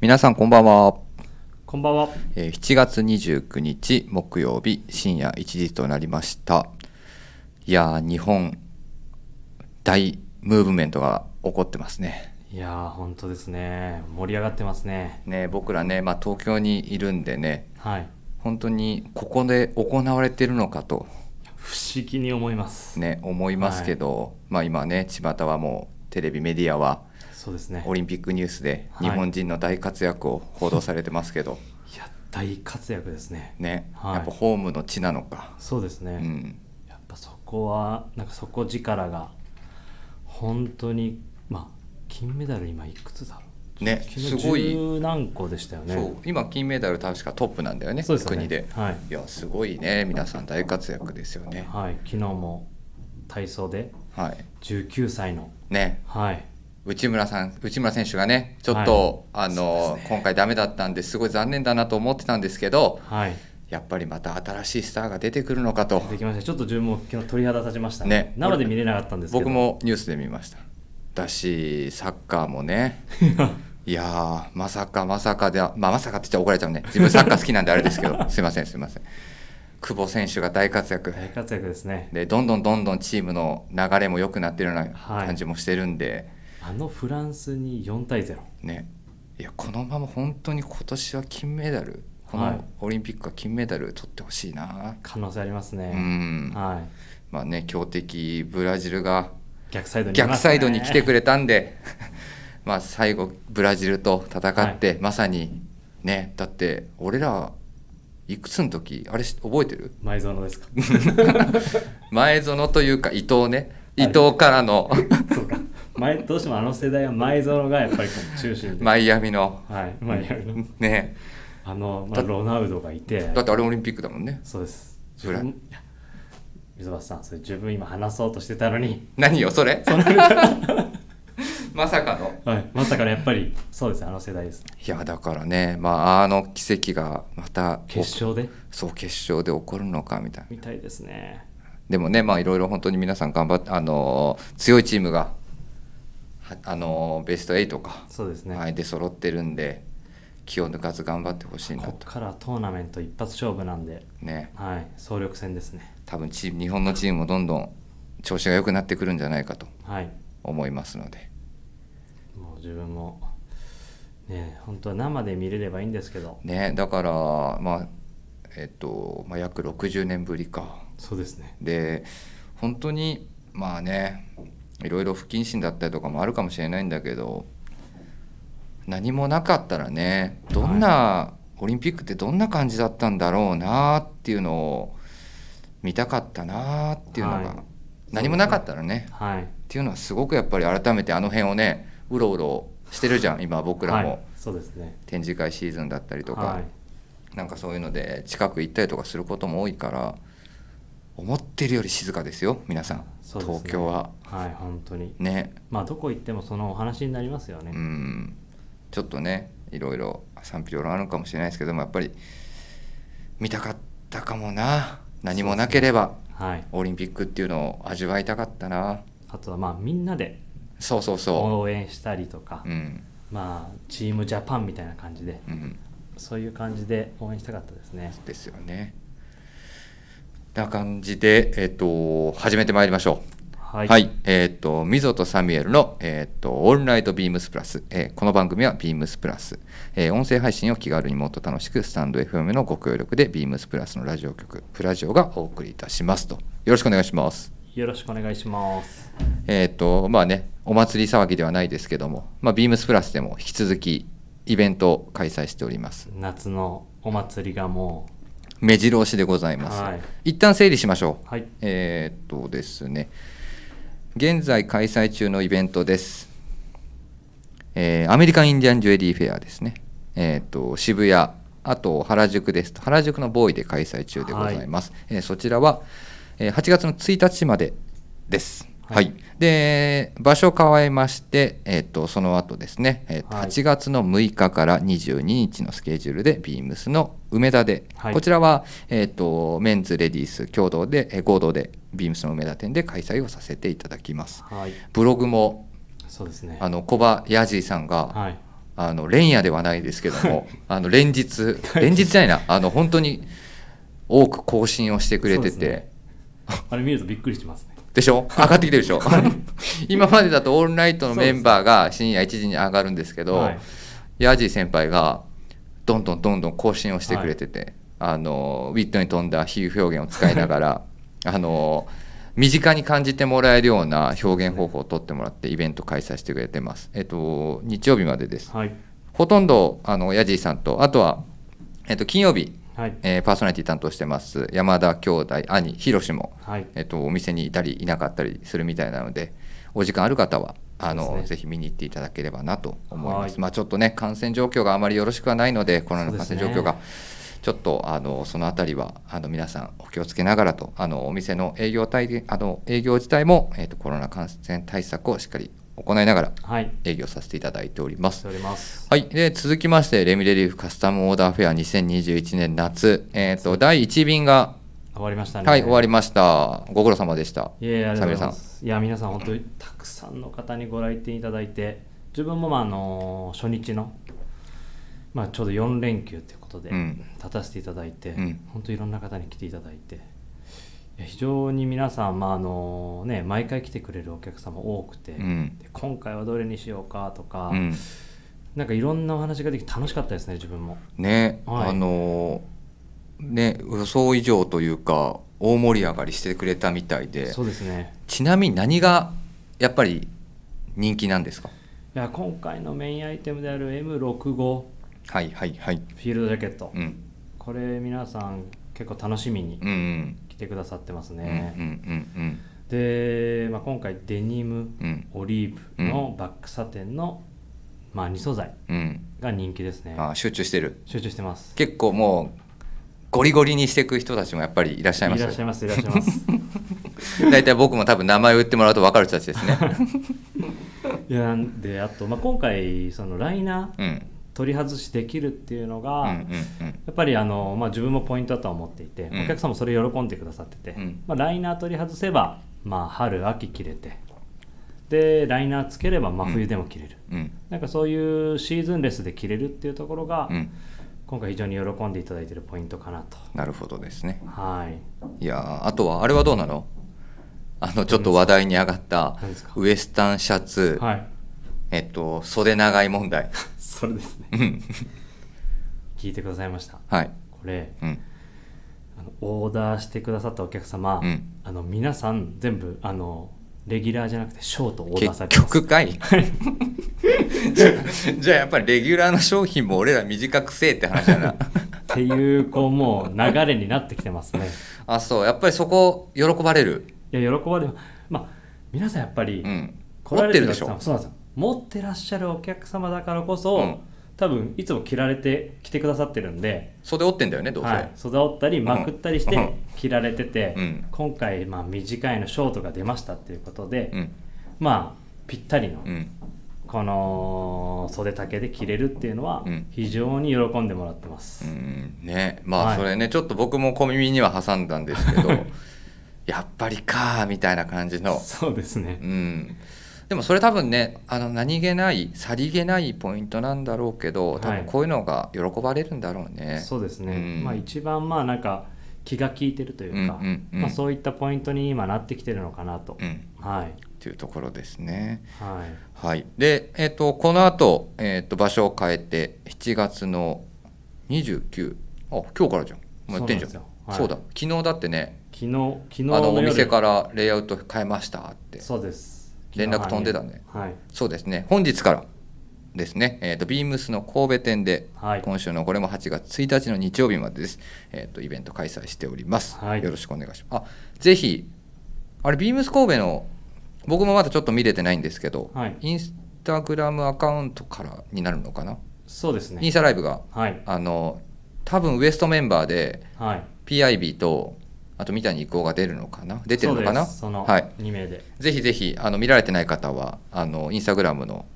皆さんこんばんは、こんばんは。えー7月29日木曜日深夜1時となりましたいやー日本大ムーブメントが起こってますねいやー、本当ですね。盛り上がってますね。ね僕らね、まあ、東京にいるんでねはい。本当にここで行われてるのかと、不思議に思います。ね、思いますけど、まあ今ね巷はもうテレビメディアはそうですね。オリンピックニュースではい日本人の大活躍を報道されてますけど、いや、大活躍ですね。ね、はいやっぱホームの地なのか、そうですね。うん、やっぱそこは、なんか底力が、本当に、まあ、金メダル今いくつだろうね昨日すごい十何個でしたよね。そう今金メダル確かトップなんだよねそうですよね国で、はいいやすごいね皆さん大活躍ですよねはい。昨日も体操ではい19歳の、ねはい。内村さん内村選手がねちょっと、あの、今回ダメだったんですごい残念だなと思ってたんですけどはい。やっぱりまた新しいスターが出てくるのかとできました。ちょっと自分も昨日鳥肌立ちましたねね。生で見れなかったんですけど。僕もニュースで見ましただしサッカーも ねいやーまさかまさかでは、まあ、まさかって言っちゃ怒られちゃうね自分サッカー好きなんであれですけどすいませんすいません久保選手が大活躍大活躍ですね。でどんどんどんどんチームの流れも良くなってるようなはい感じもしてるんで、あのフランスに4対0。ねいやこのまま本当に今年は金メダルこはのいオリンピックは金メダル取ってほしいな、可能性ありますうね。んはまあね強敵ブラジルがい。逆サイドにいますね、逆サイドに来てくれたん でまあ最後ブラジルと戦って、まさにねだって俺らいくつの時あれし覚えてる前園ですか。 前園というか伊藤ね伊藤からのそうか。前どうしてもあの世代は前園がやっぱりこう中心 で。マイアミのはい。マイアミのねあの、まあ、ロナウドがいてだ。ってあれオリンピックだもんねそうです。自ぐらい分いや水橋さん、それ自分今話そうとしてたのに。何よそ れまさかのはい。まさかのやっぱりそうです。あの世代です。いやだからねまああの奇跡がまた決勝でそう決勝で起こるのかみたいなみたいですね。でもねまあいろいろ本当に皆さん頑張ってあのー強いチームがはあのーベスト8とか、そうですね。はいで揃ってるんで気を抜かず頑張ってほしいなこことからトーナメント一発勝負なんで、ねはい。総力戦ですね。多分チーム日本のチームもどんどん調子が良くなってくるんじゃないかとはい。思いますのでもう自分もねえ本当は生で見れればいいんですけどねだからまあえっと、まあ、約60年ぶりかそうですねで本当にまあねいろいろ不謹慎だったりとかもあるかもしれないんだけど何もなかったらねどんな、オリンピックってどんな感じだったんだろうなっていうのを見たかったなっていうのが、はい何もなかったらねはいっていうのはすごくやっぱり改めてあの辺をねうろうろしてるじゃん今僕らも、はい、そうですね展示会シーズンだったりとか、はい、なんかそういうので近く行ったりとかすることも多いから思ってるより静かですよ皆さん、そうですね東京ははい、本当にねまあどこ行ってもそのお話になりますよね、うんちょっとねいろいろ賛否両論あるかもしれないですけどもやっぱり見たかったかもな何もなければ、はいオリンピックっていうのを味わいたかったなあとはまあみんなでそうそうそ応援したりとか、ううんまあチームジャパンみたいな感じでうんそういう感じで応援したかったですねですよねな感じでえっ、と始めてまいりましょうは、はいい、えーっ、と、ミゾとサミュエルの、えーっ、と、オールナイトビームスプラス、えーこの番組はビームスプラス、えー音声配信を気軽にもっと楽しく、スタンド FM のご協力で、ビームスプラスのラジオ局、プラジオがお送りいたしますと。よろしくお願いします。よろしくお願いしますえーっ、と、まあね、お祭り騒ぎではないですけども、まあ、ビームスプラスでも引き続き、イベントを開催しております。夏のお祭りがも目白押しでございます。はい一旦整理しましょう。うはいえーっとですね、現在開催中のイベントです。えーアメリカン・インディアン・ジュエリー・フェアですね。えーっと、渋谷、あと原宿ですと、原宿のボーイで開催中でございます。えーそちらは、えー8月の1日までです。ははいい、で場所を変えまして、えーっとその後ですね、えーっとはい8月の6日から22日のスケジュールで、ビームスの梅田で、はいこちらは、えー、とメンズ、レディース共同で、えー合同で、ビームスの梅田店で開催をさせていただきます。はいブログもそうですね あの小場ヤジーさんが、はいあの連夜ではないですけど もあの連日連日じゃないなあの本当に多く更新をしてくれてそてうで,、ですねあれ見るとびっくりしますねしょ上がってきてるでしょ 今までだとオールナイトのメンバーが深夜1時に上がるんですけど、はいヤージー先輩がどんどんどんどん更新をしてくれてて、あのウィットに富んだ比喩表現を使いながらあの身近に感じてもらえるような表現方法を取ってもらってイベント開催してくれてます。えっと、日曜日までです。はいほとんどあのヤジーさんとあとは、えっと、金曜日、はいえーパーソナリティ担当してます山田兄弟兄ひろしも、はいえっと、お店にいたりいなかったりするみたいなのでお時間ある方はあそうの、ですねぜひ見に行っていただければなと思います、はいまあ、ちょっとね感染状況があまりよろしくはないのでコロナの感そ染うで状すね況が、ちょっとあのそのあたりはあの皆さんお気をつけながらとあのお店の営業体あの営業自体も、えっと、コロナ感染対策をしっかり行いながらはい営業させていただいておりますしておりますはい、で続きまして、レミレリーフカスタムオーダーフェア2021年夏、えー、と第1便が、終わりましたねはい、終わりました、ご苦労様でした。いやいやありがとうございまサすいや皆さん本当にたくさんの方にご来店いただいて自分もまああの初日のまあちょうど4連休ということでうん立たせていただいて、うん本当いろんな方に来ていただいていや非常に皆さんまああのね毎回来てくれるお客様多くて、うんで今回はどれにしようかとか、うん、なんかいろんなお話ができて楽しかったですね自分もね、はいあのーね、予想以上というか、大盛り上がりしてくれたみたいでそ、うですねちなみに何がやっぱり人気なんですかいや今回のメインアイテムである M65 フはいはいはい。ィールドジャケット、うん、これ皆さん結構楽しみにうん、うん、来てくださってますうん、うん、ね、うん、で、まあ、今回デニムうん、オリーブのバックサテンの、まあ、2素材うん、が人気ですねあー集中してる。集中してます結構もうゴリゴリにしていく人たちもやっぱりいらっしゃいますいらっしゃいますいらっしゃいます 大体僕も多分名前を言ってもらうと分かる人たちですね いやなんであと、まあ、今回そのライナうーん取り外しできるっていうのうが、んうんやっぱりあの、まあ、自分もポイントだとは思っていて、うんお客さんもそれ喜んでくださってうて、んまあ、ライナー取り外せば、まあ、春秋着れてでライナーつければ真冬でも着れる、うんうんなんかそういうシーズンレスで着れるっていうところが、うん今回非常に喜んでいただいているポイントかなとなるほどですねはいいやーあとはあれはどうなのあのちょっと話題に上がった何ですかウエスタンシャツ、はいえっと袖長い問題それですねうん聞いてくださいましたはいこれうんあのオーダーしてくださったお客様、うんあの皆さん全部あのレギュラーじゃなくてショートオーダーさ結れてます局かい じゃあじゃあやっぱりレギュラーの商品も俺ら短くせえって話だ なっていうこうもう流れになってきてま すねあそうやっぱりそこ喜ばれるいや喜ばれまあ皆さんやっぱりうん来持らっれてるるおで客しょ様そうなんですよ持ってらっしゃるお客様だからこそ、うん多分いつも着られて来てくださってるんで、袖折ってんだよねどうせ、はい、袖折ったりまくったりしてうん着られてて、うん今回まあ短いのショートが出ましたっていうことで、うんまあぴったりのうんこの袖丈で着れるっていうのはうん非常に喜んでもらってます、うんねまはあいそれね、ちょっと僕も小耳には挟んだんですけど やっぱりかーみたいな感じの、そうですねうん、でもそれ多分ねあの何気ないさりげないポイントなんだろうけど多は分いこういうのが喜ばれるんだろうね。そうですね、うんまあ一番まあなんか気が利いてるというか、うんうんうんまあ、そういったポイントに今なってきてるのかなと、うん、はいっていうところですね。はいはい、で、えっとこの後、えっと場所を変えて7月の29あ今日からじゃんもうやってんじゃんそそうう,、なんですよはだい昨日だってね昨日昨日あの夜のお店からレイアウト変えましたってそうです連絡飛んでたねはいそうですね、本日からですね、えー、とビームスの神戸店で、はい今週のこれも8月1日の日曜日までです、えー、とイベント開催しております。はいよろしくお願いします。あぜひ、あれ、ビームス神戸の、僕もまだちょっと見れてないんですけど、はいインスタグラムアカウントからになるのかな、そうですインねスタライブが、はいあの多分ウエストメンバーで、はい PIB と、あと三谷郁夫が出るのかな、出てるのかな。そうですそのはい2名でぜひぜひあの見られてない方はあのインスタグラムの、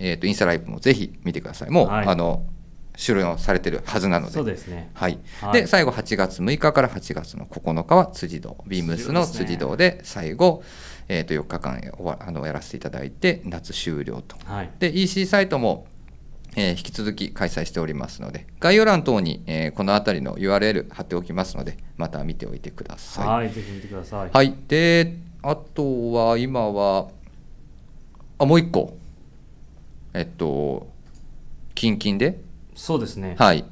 えー、とインスタライブもぜひ見てください。もう、はいあの終了されてるはずなので。そうですねはい、はいで最後8月6日から8月の9日は辻堂ビームスの辻堂で最後えー、と4日間おわあのやらせていただいて夏終了とはいで EC サイトもえー引き続き開催しておりますので概要欄等に、えーこの辺りの URL 貼っておきますのでまた見ておいてください。はい、ぜひ見てください。はい、であとは今はあもう一個えっと近々でそうですね。はい、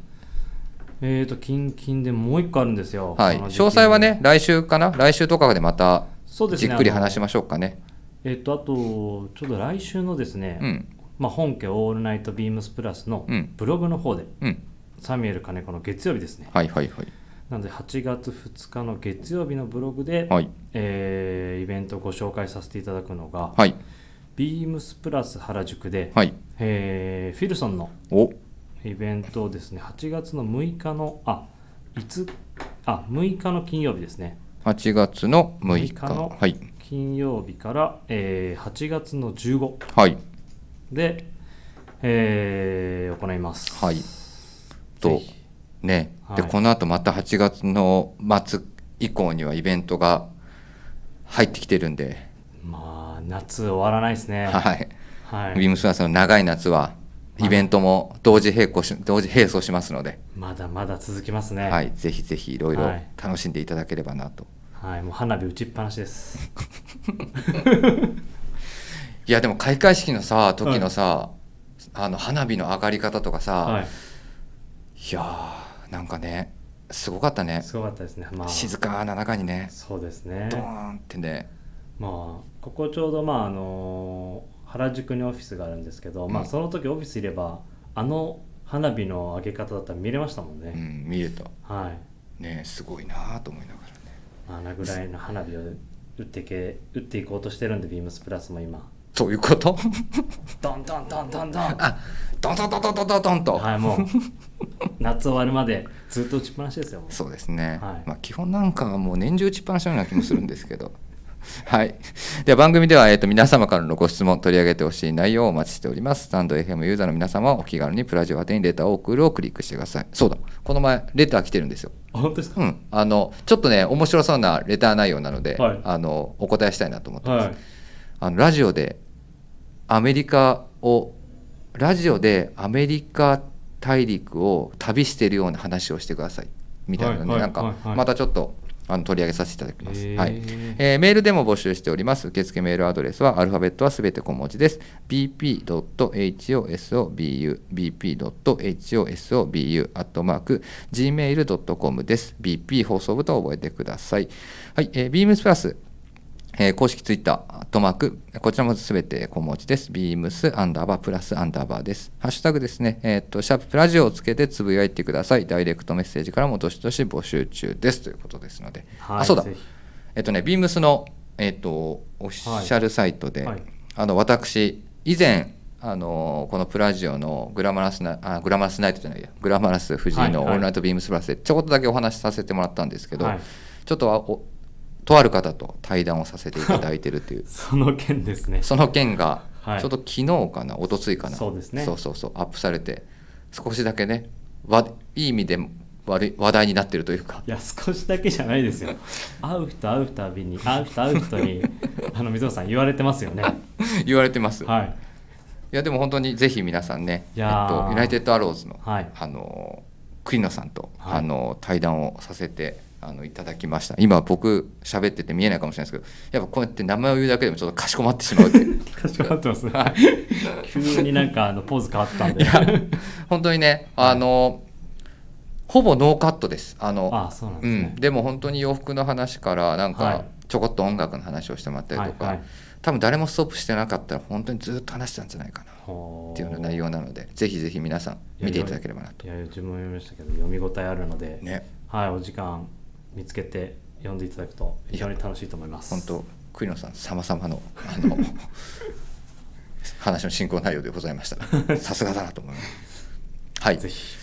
えっ、と、近々でもう一個あるんですよ。はい、この詳時期に細は。ね来週かな来週とかでまたそうですじね。っくりあの話しましょうかねえっ、と、あと、ちょっと来週のですね、うんまあ、本家オールナイトビームスプラスのうんブログの方で、うんサミュエル金子の月曜日ですね。はいはいはいなので、8月2日の月曜日のブログで、はいえーイベントをご紹介させていただくのが、はいビームスプラス原宿で、はいえーフィルソンのおイベントをですね、8月の6日の、あ、いつ、あ、6日の金曜日ですね。 8月の6日6日のはい金曜日から、えー8月の15はいで、えー行います。はいぜとひねではいこの後また8月の末以降にはイベントが入ってきてるんで、まあ、夏終わらないですね。はいはいビームスプラスの長い夏はイベントも同時並行し同時並走しますので、まだまだ続きますね。はい、ぜひぜひいろいろはい楽しんでいただければなと、はいもう花火打ちっぱなしです。い、やでも開会式のさ時のさ、あの花火の上がり方とかさ、、はいい。やーなんかねすごかったねすごかったですね。まあ、静かな中にねそうですね。ドーンってねまあ、ここちょうど、まあ、あのー原宿にオフィスがあるんですけど、まうんあ、その時オフィスいれば、あの花火の上げ方だったら見れましたもんうね。ん見るとはい。ねすごいなと思いながらねあのぐらいの花火を打っていけ打っていこうとしてるんでビームスプラスも今そういうこと ドンドンドンドンドンあドンドンドンドンドンドンドンと、はいもう夏終わるまでずっと打ちっぱなしですよもうそうですね、はいまあ、基本なんかはもう年中打ちっぱなしのような気もするんですけど はいでは番組では、えー、と皆様からのご質問取り上げてほしい内容をお待ちしておりますスタンド FM ユーザーの皆様はお気軽にプラジオ宛てにレターを送るをクリックしてくださいそうだこの前レター来てるんですよあ本当ですか、うんあのちょっとね面白そうなレター内容なので、はいあのお答えしたいなと思ってます、はいあのラジオでアメリカをラジオでアメリカ大陸を旅してるような話をしてくださいみたいなので、はいなはいんか、はいはいまたちょっとあの取り上げさせていただきます、へーはいえーメールでも募集しております受付メールアドレスはアルファベットはすべて小文字です bp.hosobu bp.hosobu アットマーク gmail.com です bp 放送部と覚えてくださいはい、えー、ビームスプラスえー公式ツイッター、とマーク、こちらもすべて小文字です。beams、アンダーバー、プラス、アンダーバーです。ハッシュタグですね、えーっと、シャープラジオをつけてつぶやいてください。ダイレクトメッセージからもどしどし募集中ですということですので。はいあ、そうだぜひ。えっとね、beams の、えーっと、オフィシャルサイトで、はいあの、私、以前、あのーこのプラジオのグラマラスなあグラマラスナイトじゃないやグラマラス藤井のはオーいはいルナイトビームスプラスでちょこっとだけお話しさせてもらったんですけど、はいちょっとはおとある方と対談をさせていただいてるというその件ですねその件がはいちょうど昨日かな、一昨日かなそうですねそうそうそうアップされて少しだけねわいい意味で悪い話題になってるというか いや少しだけじゃないですよ会う人会うたびに会う人会う人 にあの水野さん言われてますよね言われてます、い、はいやでも本当にぜひ皆さんね、いえっやーと、ユナイテッドアローズの,、はいあの栗野さんと、はいあの対談をさせてあのいただきました今僕喋ってて見えないかもしれないですけどやっぱこうやって名前を言うだけでもちょっとかしこまってしまうって いうかしこまってますね急になんかあのポーズ変わってたんいでや、本当にね、あの、ほぼノーカットです。あの、あそうなんうですねん、、でも本当に洋服の話から、なんはかい、ちょこっと音楽の話をしてもらったりとか、はいはい多分誰もストップしてなかったら、本当にずっと話してたんじゃないかなほーっていうような内容なので、ぜひぜひ皆さん、見ていただければなと。いや自分も読みましたけど読み応えあるので、ね、はいお時間見つけて読んでいただくと非常に楽しいと思います本当、栗野さん、様々の、あ の、話の進行内容でございました。さすがだなと思います。 はい。ぜひ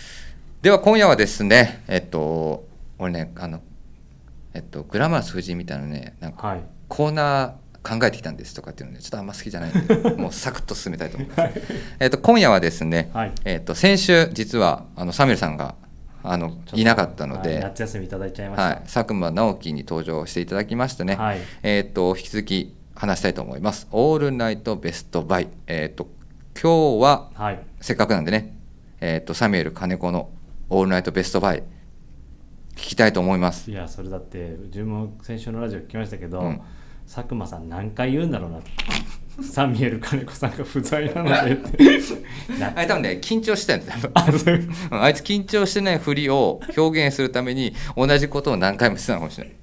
では今夜はですねえっと俺ねあのえっとグラマラス藤井みたいなねなんかはいコーナー考えてきたんですとかっていうのねちょっとあんま好きじゃない んでもうサクッと進めたいと思います、えっと今夜はですね、はいえっと先週実はあのサミュエルさんがあのいなかったのはいで夏休みいただいちゃいました、はい、佐久間直樹に登場していただきましてね、はいえーっと引き続き話したいと思います。オールナイトベストバイ、えーっと今日ははいせっかくなんでね、えー、とサミュエル金子の「オールナイトベストバイ」聞きたいと思いますいやそれだって自分も先週のラジオ聞きましたけど、うん佐久間さん何回言うんだろうなって サミュエル金子さんが不在なのでって なあれ多分ね緊張してたんですよあそういう うんあいつ緊張してないふりを表現するために同じことを何回もしてたのかもしれない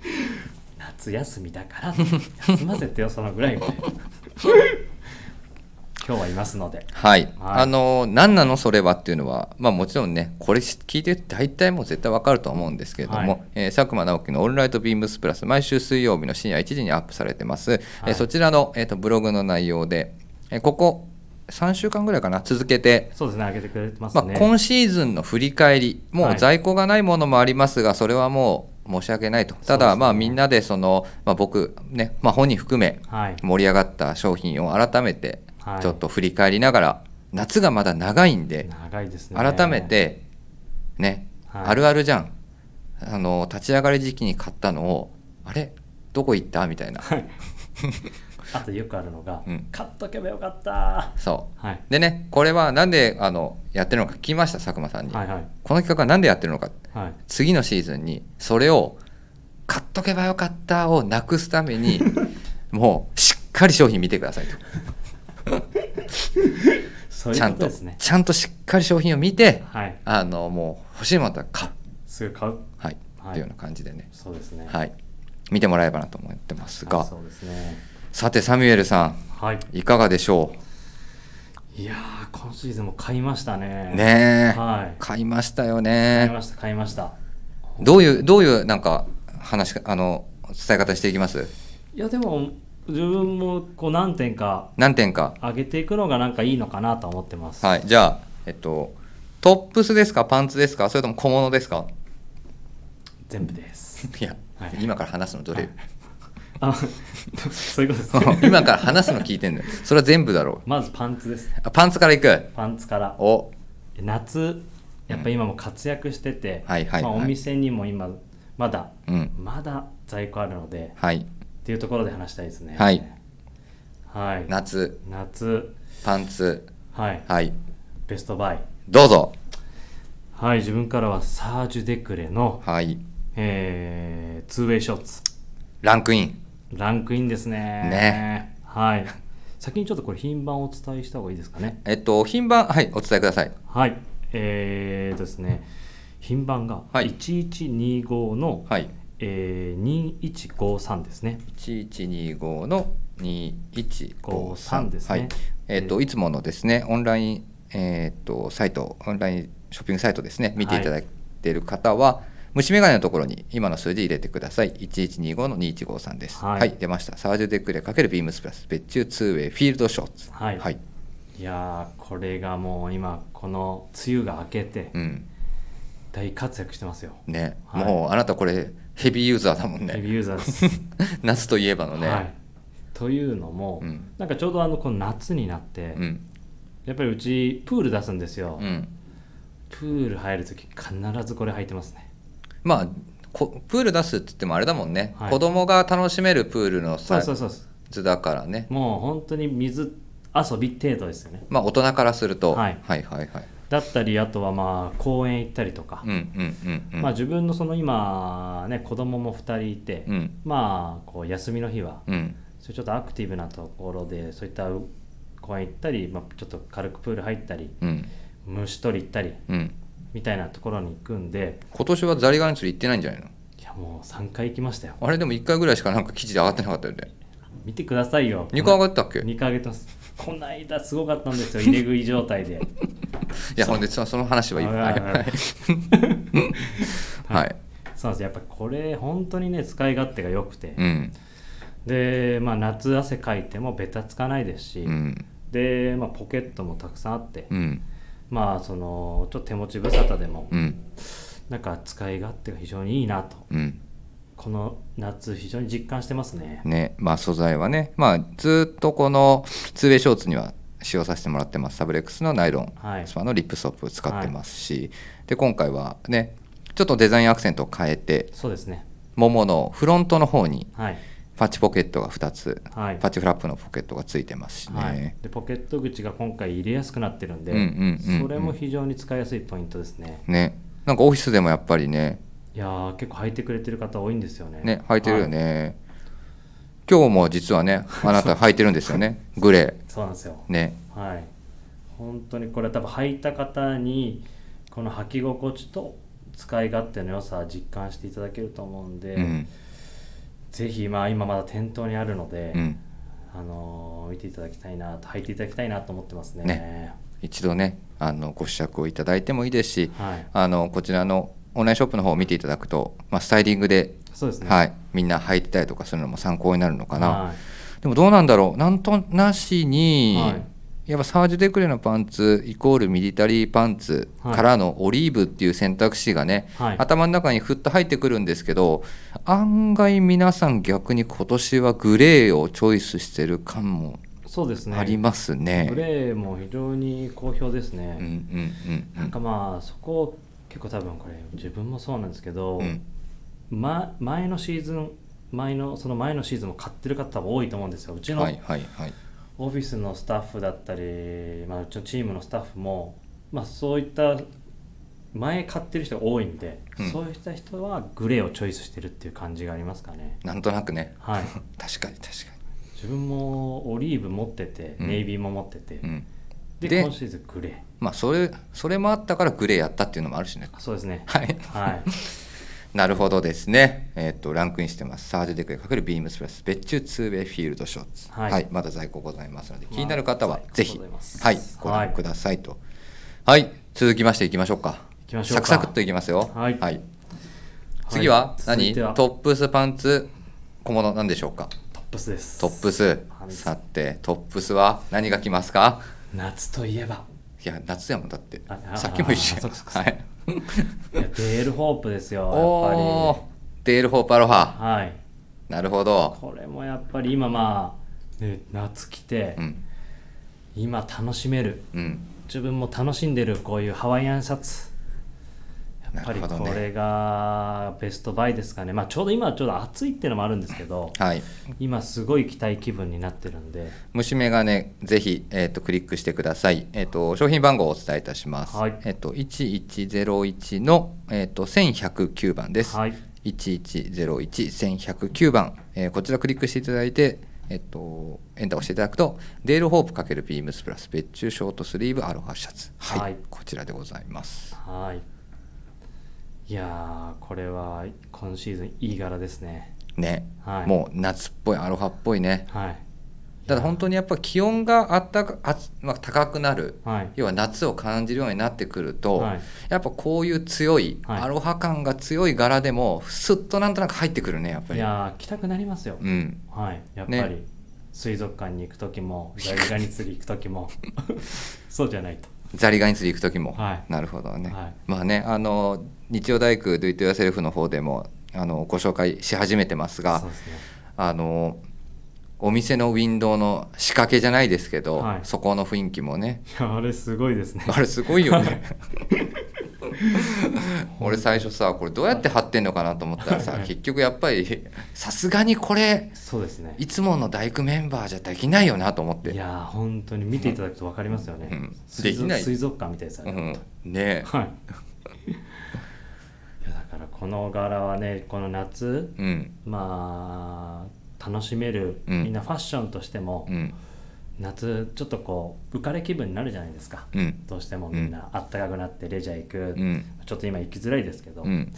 夏休みだから休ませてよそのぐらいみたいな今日はいますのではい、はいあの何なのそれはっていうのは、まあ、もちろんねこれ聞いてる大体もう絶対わかると思うんですけれども、はいえー佐久間直樹の「オールライトビームスプラス」毎週水曜日の深夜1時にアップされてます、はいえーそちらの、えー、とブログの内容で、えーここ3週間ぐらいかな続けてそうですね上げてくれてますまあ、ね、今シーズンの振り返り、もはうい在庫がないものもありますが、それはもう申し訳ないと、たそうですだ、ねまあみんなでその、まあ、僕、ねまあ、本人含め、はい盛り上がった商品を改めてはい、ちょっと振り返りながら、夏がまだ長いんで、長いですね改めて、ね、はいあるあるじゃん、あの立ち上がり時期に買ったのを、あれ、どこ行ったみたい な、あとよくあるのが、うん買っとけばよかったそはい、う。でね、これはなんであのやってるのか聞きました、佐久間さんに。はいはいこの企画はなんでやってるのか。はい次のシーズンにそれを買っとけばよかったをなくすため にもうしっかり商品見てくださいとそういちうゃこんととですねちゃんとしっかり商品を見てはいあのもう欲しいものは買う、すぐ買うはいはいっていうような感じでね、そうですねはい、見てもらえばなと思ってますあがそうですねさてサミュエルさはいんいかがでしょいやー今シーズンも買いましたねうねえ、はい買いましたよ買いねました買いましたどういうどういうなんか話あの伝え方していきますいやでも自分もこう何点か何点か上げていくのがなんかいいのかなと思ってます、はい、じゃあ、えっと、トップスですか、パンツですか、それとも小物ですか。全部ですいや、はい今から話すのどれ。あ そういうことですね 今から話すの聞いてんのよ。それは全部だろまずパンツですう。あパンツからいく。パンツからお、夏やっぱ今も活躍してて、はいはいはいまあ、お店にも今まだ、うん、まだ在庫あるのではい、っていうところで話したいですねはいはい夏、夏パンツ、はいはい、ベストバイどうぞ。はい自分からはサージュ・デクレの、はい、えー、ツーウェイショーツランクイン。ランクインですねねはい先にちょっとこれ品番をお伝えした方がいいですかねえっと、品番、はい、お伝えください。はいえー、ですね品番がはい1125の、はい、えー、2153ですね一一二五の二一五三53ですねはい、えっと、いつものですね、オンライン、えっと、サイト、オンラインショッピングサイトですね、見ていただいている方は。虫眼鏡のところに今の数字入れてください。1125の2153です。は、はいい出ました。サージュデクレ×ビームスプラス、別注ツーウェイ、フィールドショーツ。はいはい。いやーこれがもう今この梅雨が明けてうん。大活躍してますよ、ね、はいもうあなたこれ、ヘビーユーザーだもんヘビ ね。ーユーザーです、夏といえばのね。はい、というのも、うんなんかちょうどあのこの夏になって、うん。やっぱりうちプール出すんですよ、うん。プール入る時必ずこれ履いてますねまあこプール出すって言ってもあれだもんね、はい子供が楽しめるプールのそサうイそうそうそうズだからねもう本当に水遊び程度ですよねまあ大人からすると、はいはいはいはいだったりあとはまあ公園行ったりとかうん、うんうんうんまあ自分のその今ね子供も2人いて、うんまあこう休みの日はうんそういうちょっとアクティブなところでそういった公園行ったり、まあ、ちょっと軽くプール入ったりうん虫取り行ったりうんみたいなところに行くんで今年はザリガニ釣り行ってないんじゃないのいやもう3回行きましたよあれでも1回ぐらいしかなんか記事で上がってなかったよね見てくださいよ2回上がったっけい2回上げてますこないだすごかったんですよ入れ食い状態 でやほんでそその話はいいあはらいあらあらはい はいそうなんですやっぱこれ本当にね使い勝手が良くて、うんで、まあ、夏汗かいてもベタつかないですし、うんで、まあ、ポケットもたくさんあって、うんまあそのちょっと手持ち無沙汰でも、うんなんか使い勝手が非常にいいなとうんこの夏非常に実感してますねねまあ素材はねまあずっとこのツーウェイショーツには使用させてもらってますサブレックスのナイロンはいスパのリップソープを使ってますし、で今回はねちょっとデザインアクセントを変えてそうですねもものフロントの方に、はいパッチポケットが2つ、はいパッチフラップのポケットがついてますしね、はい、でポケット口が今回入れやすくなってるんで、うんうんうんうんそれも非常に使いやすいポイントですねねなんかオフィスでもやっぱりねいやー結構履いてくれてる方多いんですよねね履いてるよね、今日も実はねあなた履いてるんですよね グレはいそうなんですよーねはい本当にこれ多分履いた方にこの履き心地と使い勝手の良さ実感していただけると思うんで、うんぜひまあ今まだ店頭にあるので、うんあのー見ていただきたいなと履いていただきたいなと思ってますねね一度ねあのご試着をいただいてもいいですし、はいあのこちらのオンラインショップの方を見ていただくと、まあ、スタイリングで、そうですねはい、みんな履いてたりとかするのも参考になるのかな、はいでもどうなんだろうなんとなしに、はやっぱサージュ・デクレのパンツイコールミリタリーパンツはいからのオリーブっていう選択肢がね、はい頭の中にふっと入ってくるんですけど案外皆さん逆に今年はグレーをチョイスしてる感もそうですねありますね。グレーも非常に好評ですね、うんうんうんなんかまあそこ結構多分これ自分もそうなんですけど、うんま、前のシーズン前のその前のシーズンも買ってる方も多いと思うんですようちのはいはいはいオフィスのスタッフだったり、まあ、うちのチームのスタッフも、まあ、そういった前買ってる人が多いんで、うんそういった人はグレーをチョイスしてるっていう感じがありますかねなんとなくねはい 確かに確か自分もオリーブ持っててうんネイビーも持ってて、に、うん、でで今シーズングレーまあそれそれもあったからグレーやったっていうのもあるしねあそうですねはい はいなるほどですね。えっ、と、ランクインしてます。サージュデクレかけるビームスプラス、別注ツーウェイフィールドショーツ。は、はいいまだ在庫ございますので、まあ気になる方はぜひ、在庫ございますはい、ごは覧いくださいと。はい、続きましていきましょうか。行きましサょうかクサクっといきますよ。はい次は、い続何いてはトップスパンツ、小物なんでしょうかトップスですトップスパ。ンツさて、トップスは何が来ますか夏といえばいや、夏やもんだってあ。あさっきも一緒あそやっかそっかそっか はい。いや デールホープですよやっおーぱ、デールホーパロハ。りはいなるほど。これもやっぱり今まあ、ね、夏来て、うん。今楽しめるうん。自分も楽しんでるこういうハワイアンシャツやっぱりなるこほどねれがベストバイですかねまあちょうど今はちょうど暑いっていうのもあるんですけどはい。今すごい期待気分になってるんで虫眼鏡、ぜひ、えー、とクリックしてください、えーと。商品番号をお伝えいたします。はいえー、と1101の、えー、と1109番です。はい1101109番、えーこちらクリックしていただいて、えっと、エンターを押していただくと、デールホープ×ビームスプラス別注ショートスリーブアロハシャツ、はい、はいこちらでございます。はいいやーこれは今シーズンいい柄ですねね、はいもう夏っぽい、アロハっぽいね。はいただ本当にやっぱ気温があったかあつまあ、高くなる、はい要は夏を感じるようになってくると、はいやっぱこういう強い、はいアロハ感が強い柄でもスッとなんとなく入ってくるねやっぱいり。やー来たくなりますよ、うん、はいやっぱり、ね水族館に行く時もザリガニ釣り行く時も そうじゃないとザリガニ釣り行く時も、はいなるほどね、はいまあねあの日曜大工 Do It Yourself の方でもあのご紹介し始めてますがそうですねあのお店のウィンドウの仕掛けじゃないですけど、はいそこの雰囲気もね いやあれすごいですねあれすごいよね 俺最初さこれどうやって貼ってんのかなと思ったらさはい結局やっぱりさすがにこれそうですねいつもの大工メンバーじゃできないよなと思っいて、やー本当に見ていただくと分かりますよね、うん水でき族ない水族館みたいですようね、ん、ねえはい いやだからこの柄はねこの夏うんまあ楽しめる、うんみんなファッションとしても、うん夏ちょっとこう浮かれ気分になるじゃないですか、うんどうしてもみんなあったかくなってレジャー行く、うんちょっと今行きづらいですけど、うん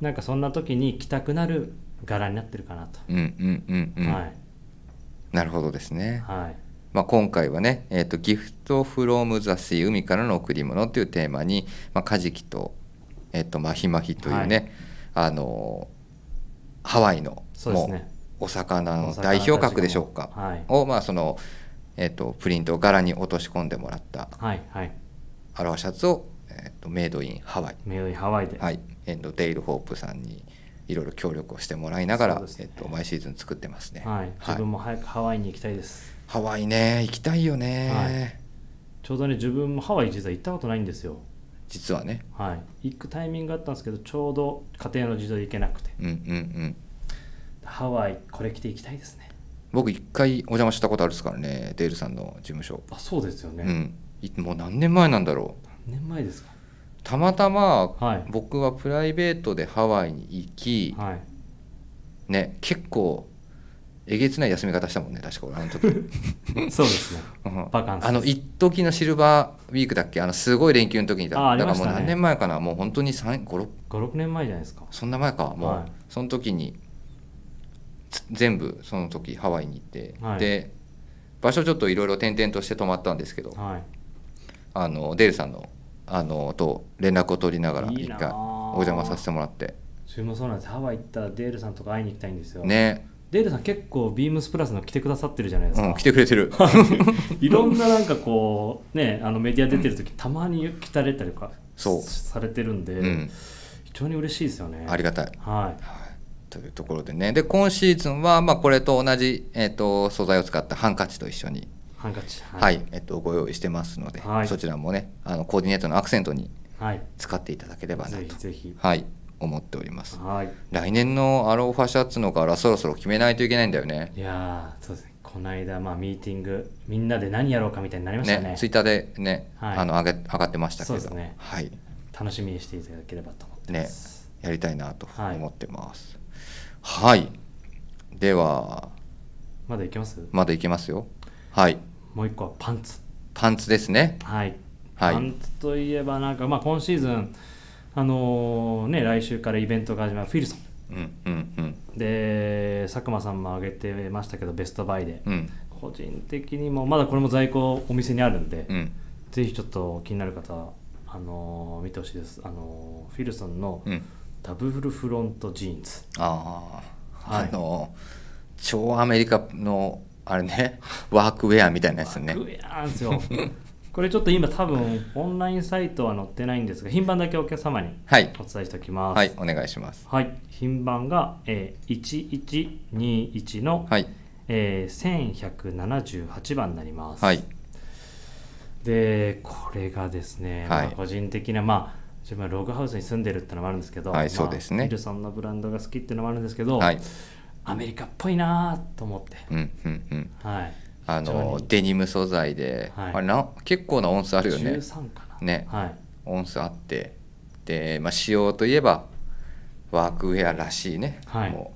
なんかそんな時に着たくなる柄になってるかなと、うんうんうんうん、はいなるほどですね、はいまあ、今回はね「えー、とギフト・フロム・ザ・シー海からの贈り物」というテーマに、まあ、カジキと,、えー、とマヒマヒというね、あのーハワイのそうですねもうお魚の代表格でしょうかお魚たちがもはいを、まあ、その、えー、とプリントを柄に落とし込んでもらったはいはいアロハシャツを、えー、とメイド・イン・ハワイ、メイドインハワイで、はい、エンド・デイル・ホープさんにいろいろ協力をしてもらいながら、そうですえー、ねと毎シーズン作ってますね。はい、自分も早くハワイに行きたいです、ハワイね行きたいよね、はいちょうどね自分もハワイ実は行ったことないんですよ実はねはい行くタイミングがあったんですけどちょうど家庭の事情で行けなくてうんうんハワイこれ着て行きたいですね僕一回お邪魔したことあるですからねデールさんの事務所、あそうですよね、うんいもう何年前なんだろう何年前ですかたまたまはい僕はプライベートでハワイに行き、はいね結構えげつない休み方したもんね確か俺あの 時そうですねうんバカンスあの一時のシルバーウィークだっけあのすごい連休の時にだあありだかまらもしたうね何年前かなもう本当に56 56年前じゃないですかそんな前かもう、はいその時につ全部その時ハワイに行って、はいで場所ちょっといろいろ転々として泊まったんですけどはいあのデールさんのあのと連絡を取りながらい一いな回あお邪魔させてもらって自分もそうなんですハワイ行ったらデールさんとか会いに行きたいんですよ、ねデールさん結構ビームスプラスの来てくださってるじゃないですか、うん来てくれてる いろんななんかこうねあのメディア出てる時、たまに来たれたりとかそうされてるんで、うん非常に嬉しいですよねありがたいはいというところでねで今シーズンはまあこれと同じえっ、と素材を使ったハンカチと一緒にハンカチは、はいい、えっと、ご用意してますので、はいそちらもねあのコーディネートのアクセントにはい使っていただければなぜひと、ぜひはい、思っておりますはい来年のアローファシャツの柄そろそろ決めないといけないんだよねいやーそうですねこの間まあミーティングみんなで何やろうかみたいになりましたねねツイッターでね、はいあの上げ上がってましたけどそうですねはい、楽しみにしていただければと思ってまねす、やりたいなとはい思ってますはい、ではまだいけますまだいけますよはいもう一個はパンツパンツですねはい、はいパンツといえばなんか、まあ、今シーズン、あのーね、来週からイベントが始まるフィルソンうんうんうんで佐久間さんも挙げてましたけどベストバイで、うん個人的にもまだこれも在庫お店にあるんで、うんぜひちょっと気になる方はあのー見てほしいです、あのーフィルソンのうんダブルフロントジーンズ、ああ、はいあの超アメリカのあれねワークウェアみたいなやつねグエーンで すよこれちょっと今多分オンラインサイトは載ってないんですが品番だけお客様にはいお伝えしておきます、はいお願いしますはい、品番が、えー、1121の、はいえー、1178番になります。はいでこれがですね、はいまあ個人的な、まあ、自分はログハウスに住んでるってのもあるんですけど、はいまあそうですねウィルソンのブランドが好きってのもあるんですけど、はいアメリカっぽいなと思って、うんうんうんはい、あの非常にデニム素材で、はいあれな結構な音数あるよね13かな、ねはい、音数あってで、まあ、仕様といえばワークウェアらしいね、はいも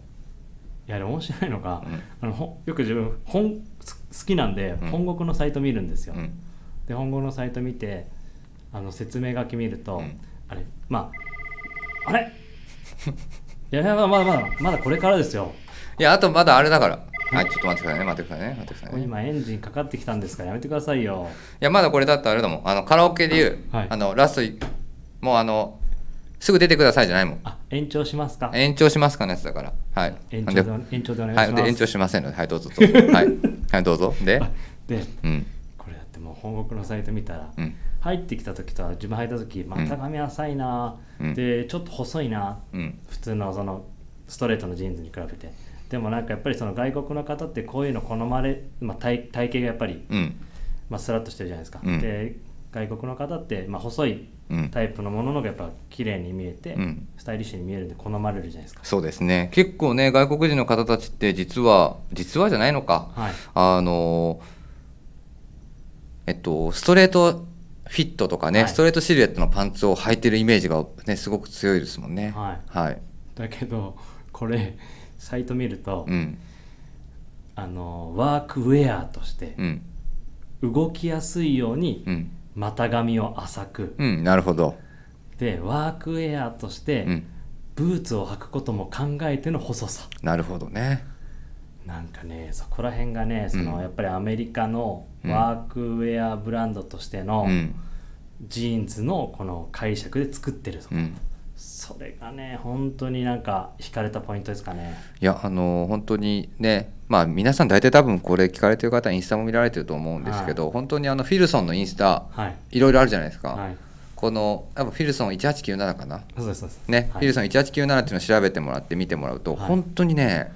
いやあれ面白いのが、うんあのほよく自分本す好きなんでうん本国のサイト見るんですう、よ、うん、で本語のサイト見てあの説明書き見ると、うんあれまああれ いやいやまだまだまだまだこれからですよいやあとまだあれだからはいちょっと待ってくださいね待ってくださいね待ってくださいね今エンジンかかってきたんですからやめてくださいよいやまだこれだったらあれだもんあのカラオケで言う、はいあのラストいもうあのすぐ出てくださいじゃないもんあ延長しますか延長しますかのやつだからはい延な長んでで延長でお願いしまはす、い、で延長しませんのではいどうぞどうぞはい、はい、どうぞであでうんこれだってもう本国のサイト見たら、うん入ってきた時と自分入った時また髪浅いな、うんでちょっと細いな、うん普通のそのストレートのジーンズに比べてでもなんかやっぱりその外国の方ってこういうの好まれ、まあ、体体型がやっぱり、うんまあ、スラッとしてるじゃないですか、うんで外国の方って、まあ、細いうんタイプのもののがやっぱ綺麗に見えて、うんスタイリッシュに見えるんで好まれるじゃないですかそうですね結構ね外国人の方たちって実は実はじゃないのか、はいあのえっとストレートフィットとかね、はいストレートシルエットのパンツを履いてるイメージがねすごく強いですもんねはいはい、だけどこれサイト見ると、うんあのワークウェアとしてうん動きやすいようにうん、股上を浅くうん、なるほど、でワークウェアとして、うん、ブーツを履くことも考えての細さなるほどねなんかねそこら辺がねその、うんやっぱりアメリカのうんワークウェアブランドとしてのうん、ジーンズのこの解釈で作ってるとこうん、それがね本当になんか惹かれたポイントですかねいやあの本当にねまあ皆さん大体多分これ聞かれてる方インスタも見られてると思うんですけど、本当にあのフィルソンのインスタはいいろいろあるじゃないですか、はいこのやっぱフィルソン1897かなそうですそうですね、はいフィルソン1897っていうのを調べてもらって見てもらうと、はい本当にね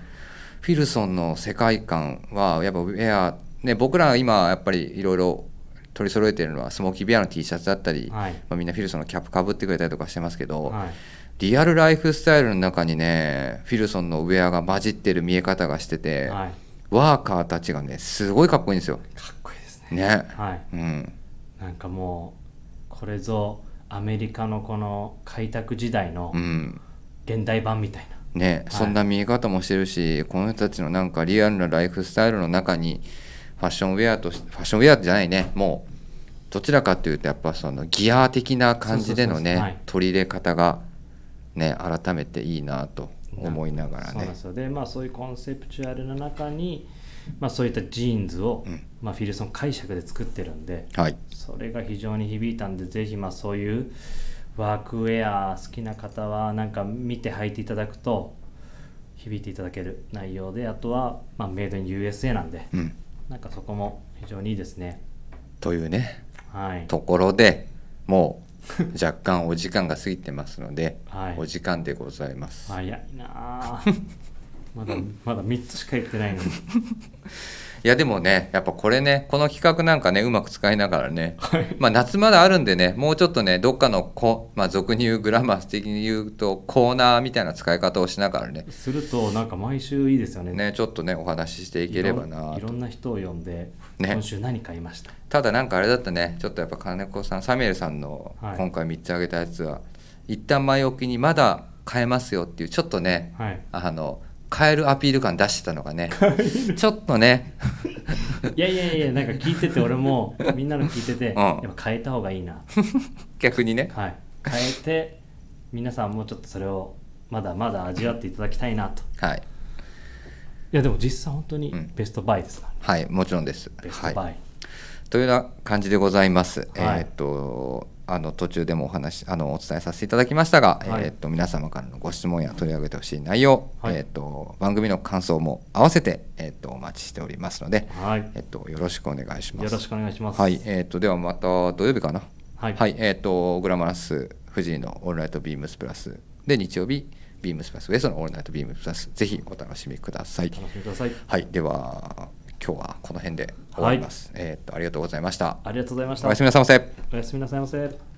フィルソンの世界観はやっぱウェア、ね、僕らが今やっぱりいろいろ取り揃えてるのはスモーキーベアの T シャツだったり、はいまあ、みんなフィルソンのキャップかぶってくれたりとかしてますけど、はいリアルライフスタイルの中にねフィルソンのウェアが混じってる見え方がしてて、はい、ワーカーたちがねすごいかっこいいんですよ。かっこいいですねね、はいうん、なんかもうこれぞアメリカのこの開拓時代のうん現代版みたいな、ね、いそんな見え方もしてるしこの人たちのなんかリアルなライフスタイルの中にファッションウェアとしファッションウェアじゃないねもうどちらかというとやっぱそのギア的な感じでのそうそうそうそうはねい取り入れ方がね改めていいなと思いながらそうなんねですよでまあそういうコンセプチュアルな中に、まあ、そういったジーンズを、うんまあ、フィルソン解釈で作ってるんではいそれが非常に響いたんでぜひまあそういうワークウェア好きな方はなんか見て履いていただくと響いていただける内容であとは、まあ、メイドイン USA なんでうんなんかそこも非常にいいですねというねはいところでも う若干お時間が過ぎてますので、はいお時間でございます、早いなあ まだまだ3つしか言ってないのにいやでもねやっぱこれねこの企画なんかねうまく使いながらねはいまあ、夏まであるんでね、もうちょっとね、どっかのこ、まあ、俗に言うグラマス的に言うと、コーナーみたいな使い方をしながらね、するとなんか毎週いいですよねねちょっとね、お話ししていければないろんいろと。んな人を呼んで、ね今週何買いましたただ、なんかあれだったね、ちょっとやっぱ金子さん、サミュエルさんのはい今回3つあげたやつは、一旦前置きにまだ買えますよっていう、ちょっとね、はいあの、買えるアピール感出してたのがね、ちょっとね、いやいやいやなんか聞いてて俺もみんなの聞いてて、んやっぱ変えた方がいいな逆にね、はい変えて皆さんもちょっとそれをまだまだ味わっていただきたいなとはい、いやでも実際本当にうんベストバイですから、ねはい、もちろんです。ベスはトいバイ、というような感じでございます。はいえーっとあの途中でもお話あのお伝えさせていただきましたが、はいえーっと皆様からのご質問や取り上げてほしい内容、はいえーっと番組の感想も合わせてえーっとお待ちしておりますので、はいえーっとよろしくお願いします。よろしくお願いしますはい、えーっとではまた土曜日かな。はいえーっとグラマラス藤井のオールナイトビームスプラスで日曜日ビームスプラスウエストのオールナイトビームスプラスぜひお楽しみください。お楽しみくださいはい、では今日はこの辺で終わります。えーっとありがとうございました。ありがとうございましたおやすみなさいませ。おやすみなさいませ